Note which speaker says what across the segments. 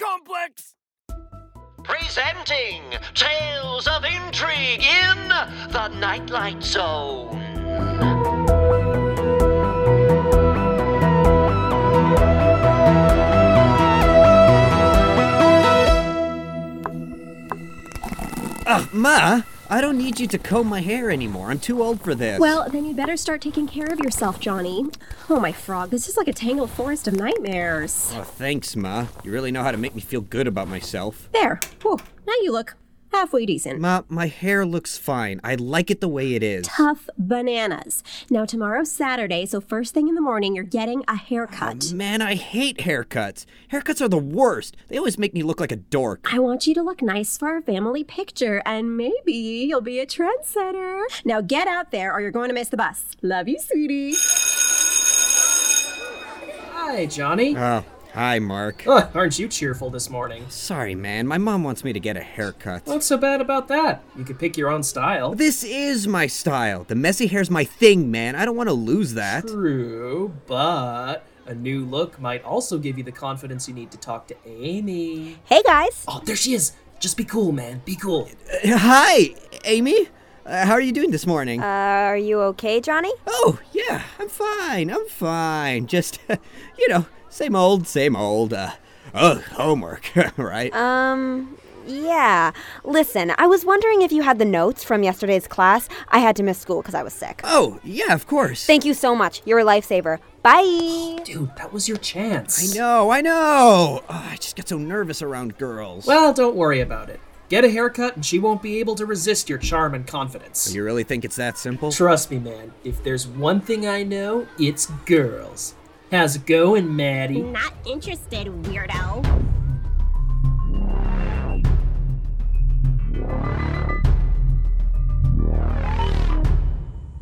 Speaker 1: Sports!
Speaker 2: Presenting Tales of Intrigue in the Nightlight Zone.
Speaker 3: Ugh, Ma, I don't need you to comb my hair anymore. I'm too old for this.
Speaker 4: Well, then you better start taking care of yourself, Johnny. Oh, my frog, this is like a tangled forest of nightmares.
Speaker 3: Oh, thanks, Ma. You really know how to make me feel good about myself.
Speaker 4: There. Whew. Now you look halfway decent.
Speaker 3: Ma, my hair looks fine. I like it the way it is.
Speaker 4: Tough bananas. Now, tomorrow's Saturday, so first thing in the morning, you're getting a haircut.
Speaker 3: Man, I hate haircuts. Haircuts are the worst. They always make me look like a dork.
Speaker 4: I want you to look nice for our family picture, and maybe you'll be a trendsetter. Now get out there, or you're going to miss the bus. Love you, sweetie.
Speaker 5: Hi, Johnny.
Speaker 3: Oh, hi, Mark.
Speaker 5: Ugh, aren't you cheerful this morning?
Speaker 3: Sorry, man. My mom wants me to get a haircut.
Speaker 5: What's so bad about that? You could pick your own style.
Speaker 3: This is my style. The messy hair's my thing, man. I don't want to lose that.
Speaker 5: True, but a new look might also give you the confidence you need to talk to Amy.
Speaker 4: Hey, guys.
Speaker 5: Oh, there she is. Just be cool, man. Be cool.
Speaker 3: Hi, Amy. Uh, how are you doing this morning?
Speaker 6: Are you okay, Johnny?
Speaker 3: Oh, yeah, I'm fine. I'm fine. Just, you know, same old, same old. Uh, oh, homework, right?
Speaker 6: Um, yeah. Listen, I was wondering if you had the notes from yesterday's class. I had to miss school because I was sick.
Speaker 3: oh, yeah, of course.
Speaker 6: Thank you so much. You're a lifesaver. Bye.
Speaker 5: Dude, that was your chance.
Speaker 3: I know, I know. Oh, I just get so nervous around girls.
Speaker 5: Well, don't worry about it. Get a haircut and she won't be able to resist your charm and confidence.
Speaker 3: you really think it's that simple?
Speaker 5: Trust me, man. If there's one thing I know, it's girls. How's it going, Maddie?
Speaker 4: Not interested, weirdo.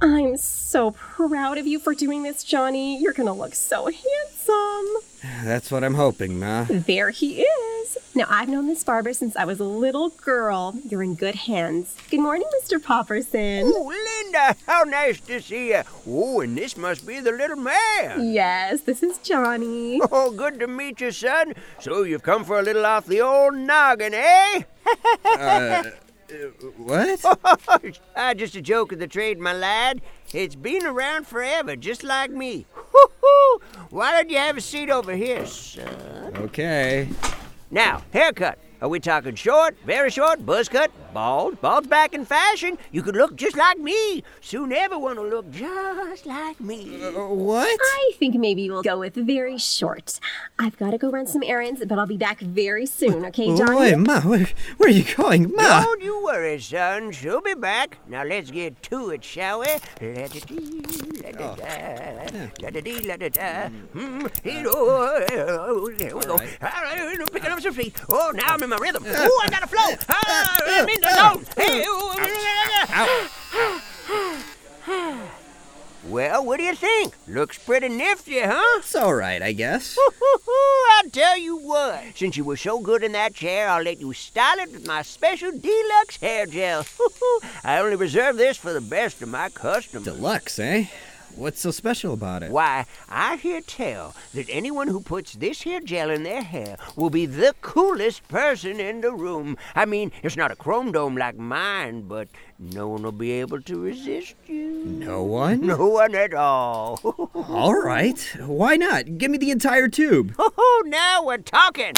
Speaker 4: I'm so proud of you for doing this, Johnny. You're gonna look so handsome.
Speaker 3: That's what I'm hoping, ma.
Speaker 4: There he is. Now, I've known this barber since I was a little girl. You're in good hands. Good morning, Mr. Popperson.
Speaker 7: Oh, Linda, how nice to see you. Oh, and this must be the little man.
Speaker 4: Yes, this is Johnny.
Speaker 7: Oh, good to meet you, son. So you've come for a little off the old noggin, eh?
Speaker 3: Uh, What?
Speaker 7: ah, just a joke of the trade, my lad. It's been around forever, just like me. Hoo-hoo! Why don't you have a seat over here, son?
Speaker 3: Okay.
Speaker 7: Now, haircut. Are we talking short, very short, buzz cut, bald? Bald's back in fashion. You can look just like me. Soon everyone will look just like me.
Speaker 3: Uh, What?
Speaker 4: I think maybe we'll go with very short. I've got to go run some errands, but I'll be back very soon, okay,
Speaker 3: Wait,
Speaker 4: Johnny?
Speaker 3: ma, where, where are you going, ma?
Speaker 7: Don't you worry, son. She'll be back. Now let's get to it, shall we? Let it dee, let it da, let it dee, let it da. Hmm, hee, oh, oh, There we go. All
Speaker 3: right.
Speaker 7: right, I'm picking up some feet. Oh, now I'm in my rhythm. Oh, I got a flow. Ah, I'm in the zone. Hey, oh, Well, what do you think? Looks pretty nifty, huh?
Speaker 3: It's all right, I guess.
Speaker 7: I'll tell you what. Since you were so good in that chair, I'll let you style it with my special deluxe hair gel. I only reserve this for the best of my customers.
Speaker 3: Deluxe, eh? What's so special about it?
Speaker 7: Why, I hear tell that anyone who puts this here gel in their hair will be the coolest person in the room. I mean, it's not a chrome dome like mine, but no one will be able to resist you.
Speaker 3: No one?
Speaker 7: No one at all.
Speaker 3: All right. Why not? Give me the entire tube.
Speaker 7: Oh, now we're talking.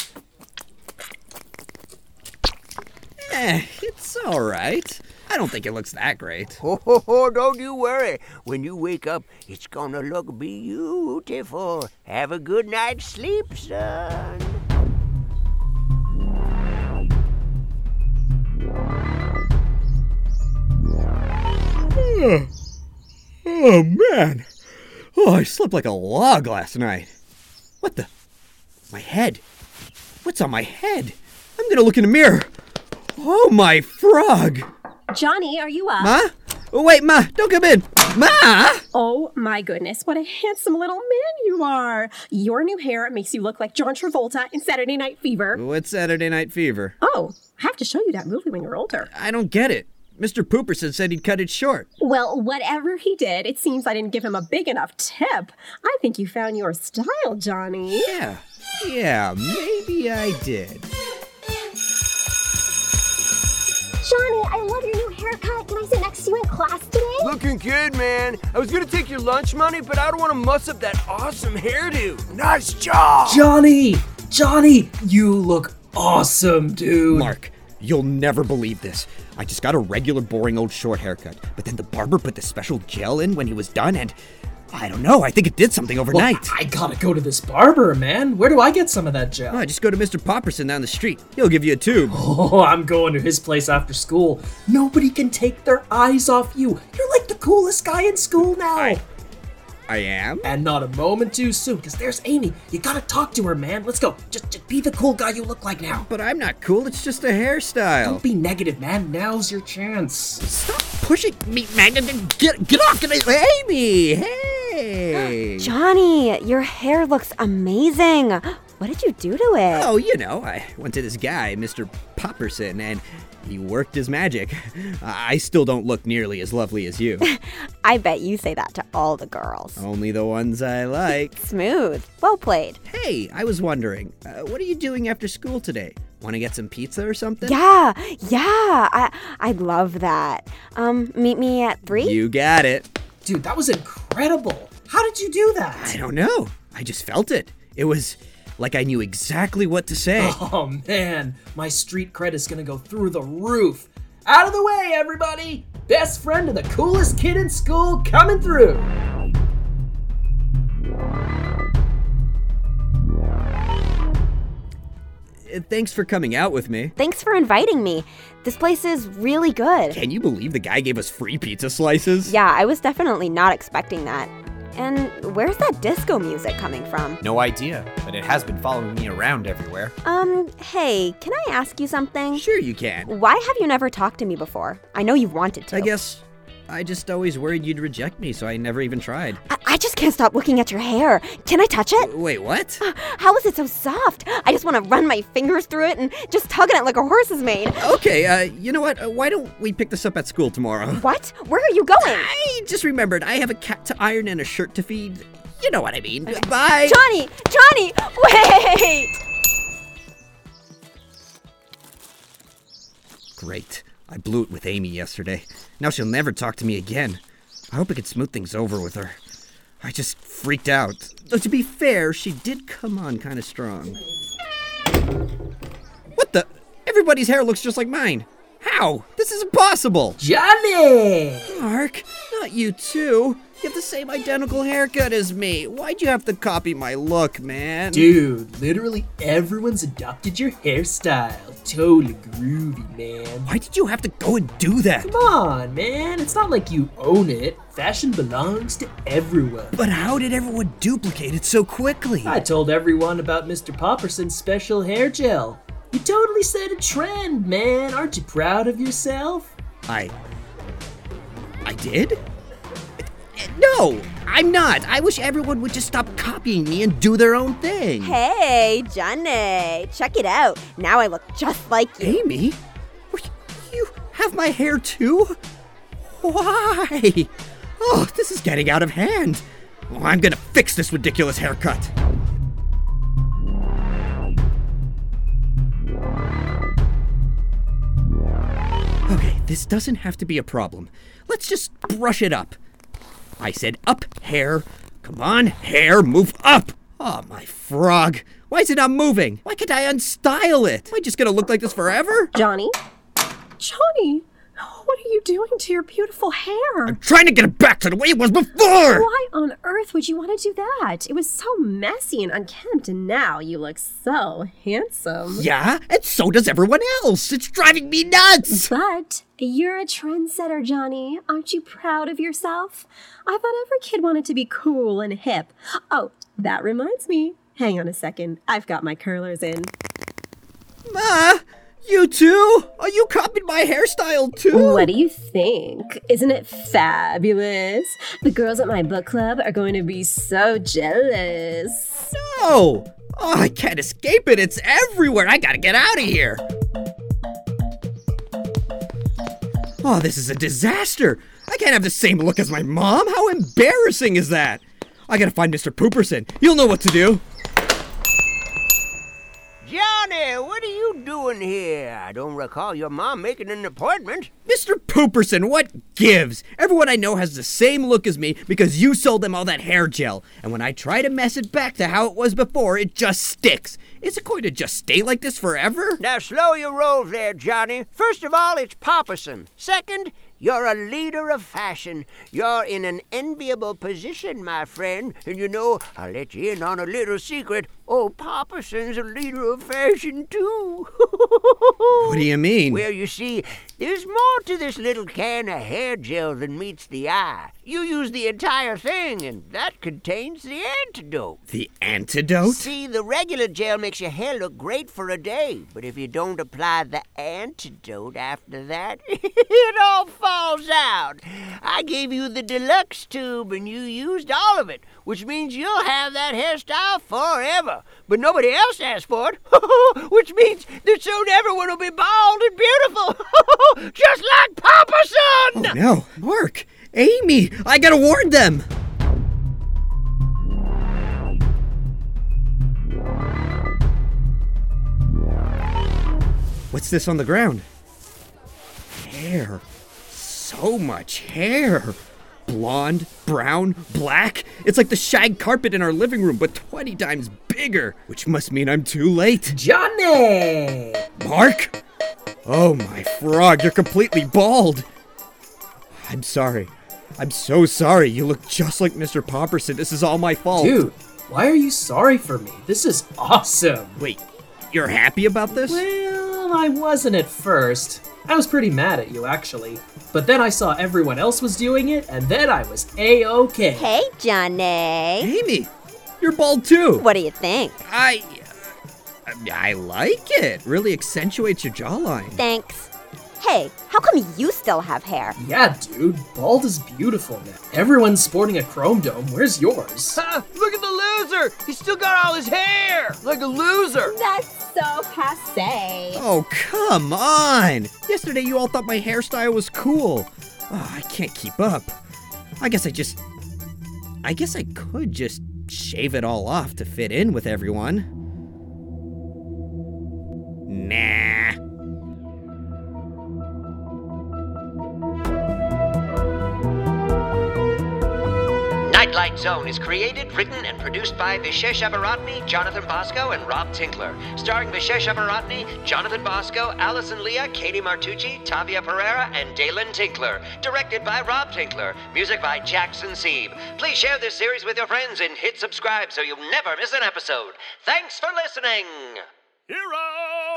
Speaker 3: Eh, it's all right. I don't think it looks that great.
Speaker 7: Oh, ho, ho, don't you worry. When you wake up, it's gonna look beautiful. Have a good night's sleep, son.
Speaker 3: Oh, man. Oh, I slept like a log last night. What the? My head. What's on my head? I'm gonna look in the mirror. Oh, my frog.
Speaker 4: Johnny, are you up?
Speaker 3: Huh? Oh, wait, Ma, don't come in. Ma!
Speaker 4: Oh my goodness, what a handsome little man you are. Your new hair makes you look like John Travolta in Saturday Night Fever.
Speaker 3: What's Saturday Night Fever?
Speaker 4: Oh, I have to show you that movie when you're older.
Speaker 3: I don't get it. Mr. Pooperson said he'd cut it short.
Speaker 4: Well, whatever he did, it seems I didn't give him a big enough tip. I think you found your style, Johnny.
Speaker 3: Yeah. Yeah, maybe I did.
Speaker 1: Johnny, I love your new haircut. Can I sit next to you in class today?
Speaker 7: Looking good, man. I was gonna take your lunch money, but I don't wanna muss up that awesome hairdo. Nice job!
Speaker 5: Johnny! Johnny! You look awesome, dude!
Speaker 3: Mark, you'll never believe this. I just got a regular, boring old short haircut, but then the barber put the special gel in when he was done, and I don't know. I think it did something
Speaker 5: Well,
Speaker 3: overnight.
Speaker 5: I gotta go to this barber, man. Where do I get some of that gel?
Speaker 3: Ah, just go to Mr. Popperson down the street. He'll give you a tube.
Speaker 5: Oh, I'm going to his place after school. Nobody can take their eyes off you. You're like the coolest guy in school now.
Speaker 3: I am.
Speaker 5: And not a moment too soon, because there's Amy. You gotta talk to her, man. Let's go. Just, just be the cool guy you look like now.
Speaker 3: But I'm not cool. It's just a hairstyle.
Speaker 5: Don't be negative, man. Now's your chance.
Speaker 3: Stop pushing me, man. and then Get, get off. Get, Amy, hey.
Speaker 6: Johnny, your hair looks amazing. What did you do to it?
Speaker 3: Oh, you know, I went to this guy, Mr. Popperson, and he worked his magic. I I still don't look nearly as lovely as you.
Speaker 6: I bet you say that to all the girls.
Speaker 3: Only the ones I like.
Speaker 6: Smooth. Well played.
Speaker 3: Hey, I was wondering, uh, what are you doing after school today? Want to get some pizza or something?
Speaker 6: Yeah, yeah. I I'd love that. Um, meet me at three.
Speaker 3: You got it.
Speaker 5: Dude, that was incredible. How did you do
Speaker 3: I
Speaker 5: that?
Speaker 3: don't know. I just felt it. It was like I knew exactly what to say.
Speaker 5: Oh, man. My street cred is gonna go through the roof. Out of the way, everybody! Best friend of the coolest kid in school coming through.
Speaker 3: Uh, Thanks for coming out with me.
Speaker 6: Thanks for inviting me. This place is really good.
Speaker 3: Can you believe the guy gave us free pizza slices?
Speaker 6: Yeah, I was definitely not expecting that. And where's that disco music coming from?
Speaker 3: No idea, but it has been following me around everywhere.
Speaker 6: Um, hey, can I ask you something?
Speaker 3: Sure, you can.
Speaker 6: Why have you never talked to me before? I know you've wanted to.
Speaker 3: I guess I just always worried you'd reject me, so I never even tried.
Speaker 6: I, I just can't stop looking at your hair. Can I touch it?
Speaker 3: Wait, what?
Speaker 6: How is it so soft? I just want to run my fingers through it and just tug at it like a horse's mane.
Speaker 3: Okay, uh, you know what? Uh, why don't we pick this up at school tomorrow?
Speaker 6: What? Where are you going?
Speaker 3: I just remembered I have a cat to iron and a shirt to feed. You know what I mean. Bye.
Speaker 6: Johnny! Johnny! Wait!
Speaker 3: Great. I blew it with Amy yesterday. Now she'll never talk to me again. I hope I can smooth things over with her. I just freaked out. Though to be fair, she did come on kind of strong. What the? Everybody's hair looks just like mine. How? This is impossible.
Speaker 5: Johnny!
Speaker 3: Mark, not you too. You have the same identical haircut as me. Why'd you have to copy my look, man?
Speaker 5: Dude, literally everyone's adopted your hairstyle. Totally groovy, man.
Speaker 3: Why did you have to go and do that?
Speaker 5: Come on, man. It's not like you own it. Fashion belongs to everyone.
Speaker 3: But how did everyone duplicate it so quickly?
Speaker 5: I told everyone about Mr. Popperson's special hair gel. You totally set a trend, man. Aren't you proud of yourself?
Speaker 3: I. I did? Eh, No, I'm not. I wish everyone would just stop copying me and do their own thing.
Speaker 6: Hey, Johnny! Check it out. Now I look just like you.
Speaker 3: Amy? Wait, You have my hair too? Why? Oh, this is getting out of hand. Oh, I'm gonna fix this ridiculous haircut. Okay, this doesn't have to be a problem. Let's just brush it up. I said up, hair. Come on, hair, move up. Oh, my frog. Why is it not moving? Why can't I unstyle it? Am I just gonna look like this forever?
Speaker 4: Johnny? Johnny, what are you doing to your beautiful hair?
Speaker 3: trying to get it back to the way it was before.
Speaker 4: Why on earth would you want to do that? It was so messy and unkempt, and now you look so handsome.
Speaker 3: Yeah, and so does everyone else. It's driving me nuts.
Speaker 4: But you're a trendsetter, Johnny. Aren't you proud of yourself? I thought every kid wanted to be cool and hip. Oh, that reminds me. Hang on a second. I've got my curlers in.
Speaker 3: Ma, you too? Oh, you copied my hairstyle too?
Speaker 4: What do you think? Isn't it fabulous? The girls at my book club are going to be so jealous.
Speaker 3: No. Oh, I can't escape it. It's everywhere. I gotta get out of here. Oh, this is a disaster. I can't have the same look as my mom. How embarrassing is that? I gotta find Mr. Pooperson. You'll know what to do.
Speaker 7: Johnny! Johnny, what are you doing here? I don't recall your mom making an appointment.
Speaker 3: Mr. Pooperson, what gives? Everyone I know has the same look as me because you sold them all that hair gel. And when I try to mess it back to how it was before, it just sticks. Is it going to just stay like this forever?
Speaker 7: Now slow your rolls there, Johnny. First of all, it's Popperson. Second, you're a leader of fashion. You're in an enviable position, my friend. And you know, I'll let you in on a little secret. Old Popperson's a leader of fashion, too.
Speaker 3: What do you mean?
Speaker 7: Well, you see, there's more to this little can of hair gel than meets the eye. You use the entire thing, and that contains the antidote.
Speaker 3: The antidote?
Speaker 7: See, the regular gel makes your hair look great for a day, but if you don't apply the antidote after that, it all falls out. I gave you the deluxe tube and you used all of it, which means you'll have that hairstyle forever. But nobody else asked for it, which means that soon everyone will be bald and beautiful, just like Popperson!
Speaker 3: Oh, no. Mark, Amy, I gotta warn them. What's this on the ground? Hair. So much hair. Blonde, brown, black. It's like the shag carpet in our living room, but 20 times bigger, which must mean I'm too late.
Speaker 5: Johnny!
Speaker 3: Mark? Oh my frog, you're completely bald. I'm sorry. I'm so sorry. You look just like Mr. Popperson. This is all my fault.
Speaker 5: Dude, why are you sorry for me? This is awesome.
Speaker 3: Wait, you're happy about this?
Speaker 5: Well, I wasn't at first. I was pretty mad at you, actually. But then I saw everyone else was doing it, and then I was A OK.
Speaker 6: Hey, Johnny.
Speaker 3: Amy, you're bald too.
Speaker 6: What do you think?
Speaker 3: I. I like it. Really accentuates your jawline.
Speaker 6: Thanks. Hey, how come you still have hair?
Speaker 5: Yeah, dude, bald is beautiful now. Everyone's sporting a chrome dome. Where's yours?
Speaker 7: Ah, look at the loser! He's still got all his hair! Like a loser!
Speaker 1: That's so passe.
Speaker 3: Oh, come on! Yesterday you all thought my hairstyle was cool. Oh, I can't keep up. I guess I just. I guess I could just shave it all off to fit in with everyone. Nah.
Speaker 2: Nightlight Zone is created, written, and produced by Vishesh Abaratni, Jonathan Bosco, and Rob Tinkler. Starring Vishesh Abaratni, Jonathan Bosco, Allison Leah, Katie Martucci, Tavia Pereira, and Dalen Tinkler. Directed by Rob Tinkler. Music by Jackson Sieb. Please share this series with your friends and hit subscribe so you never miss an episode. Thanks for listening!
Speaker 7: Hero!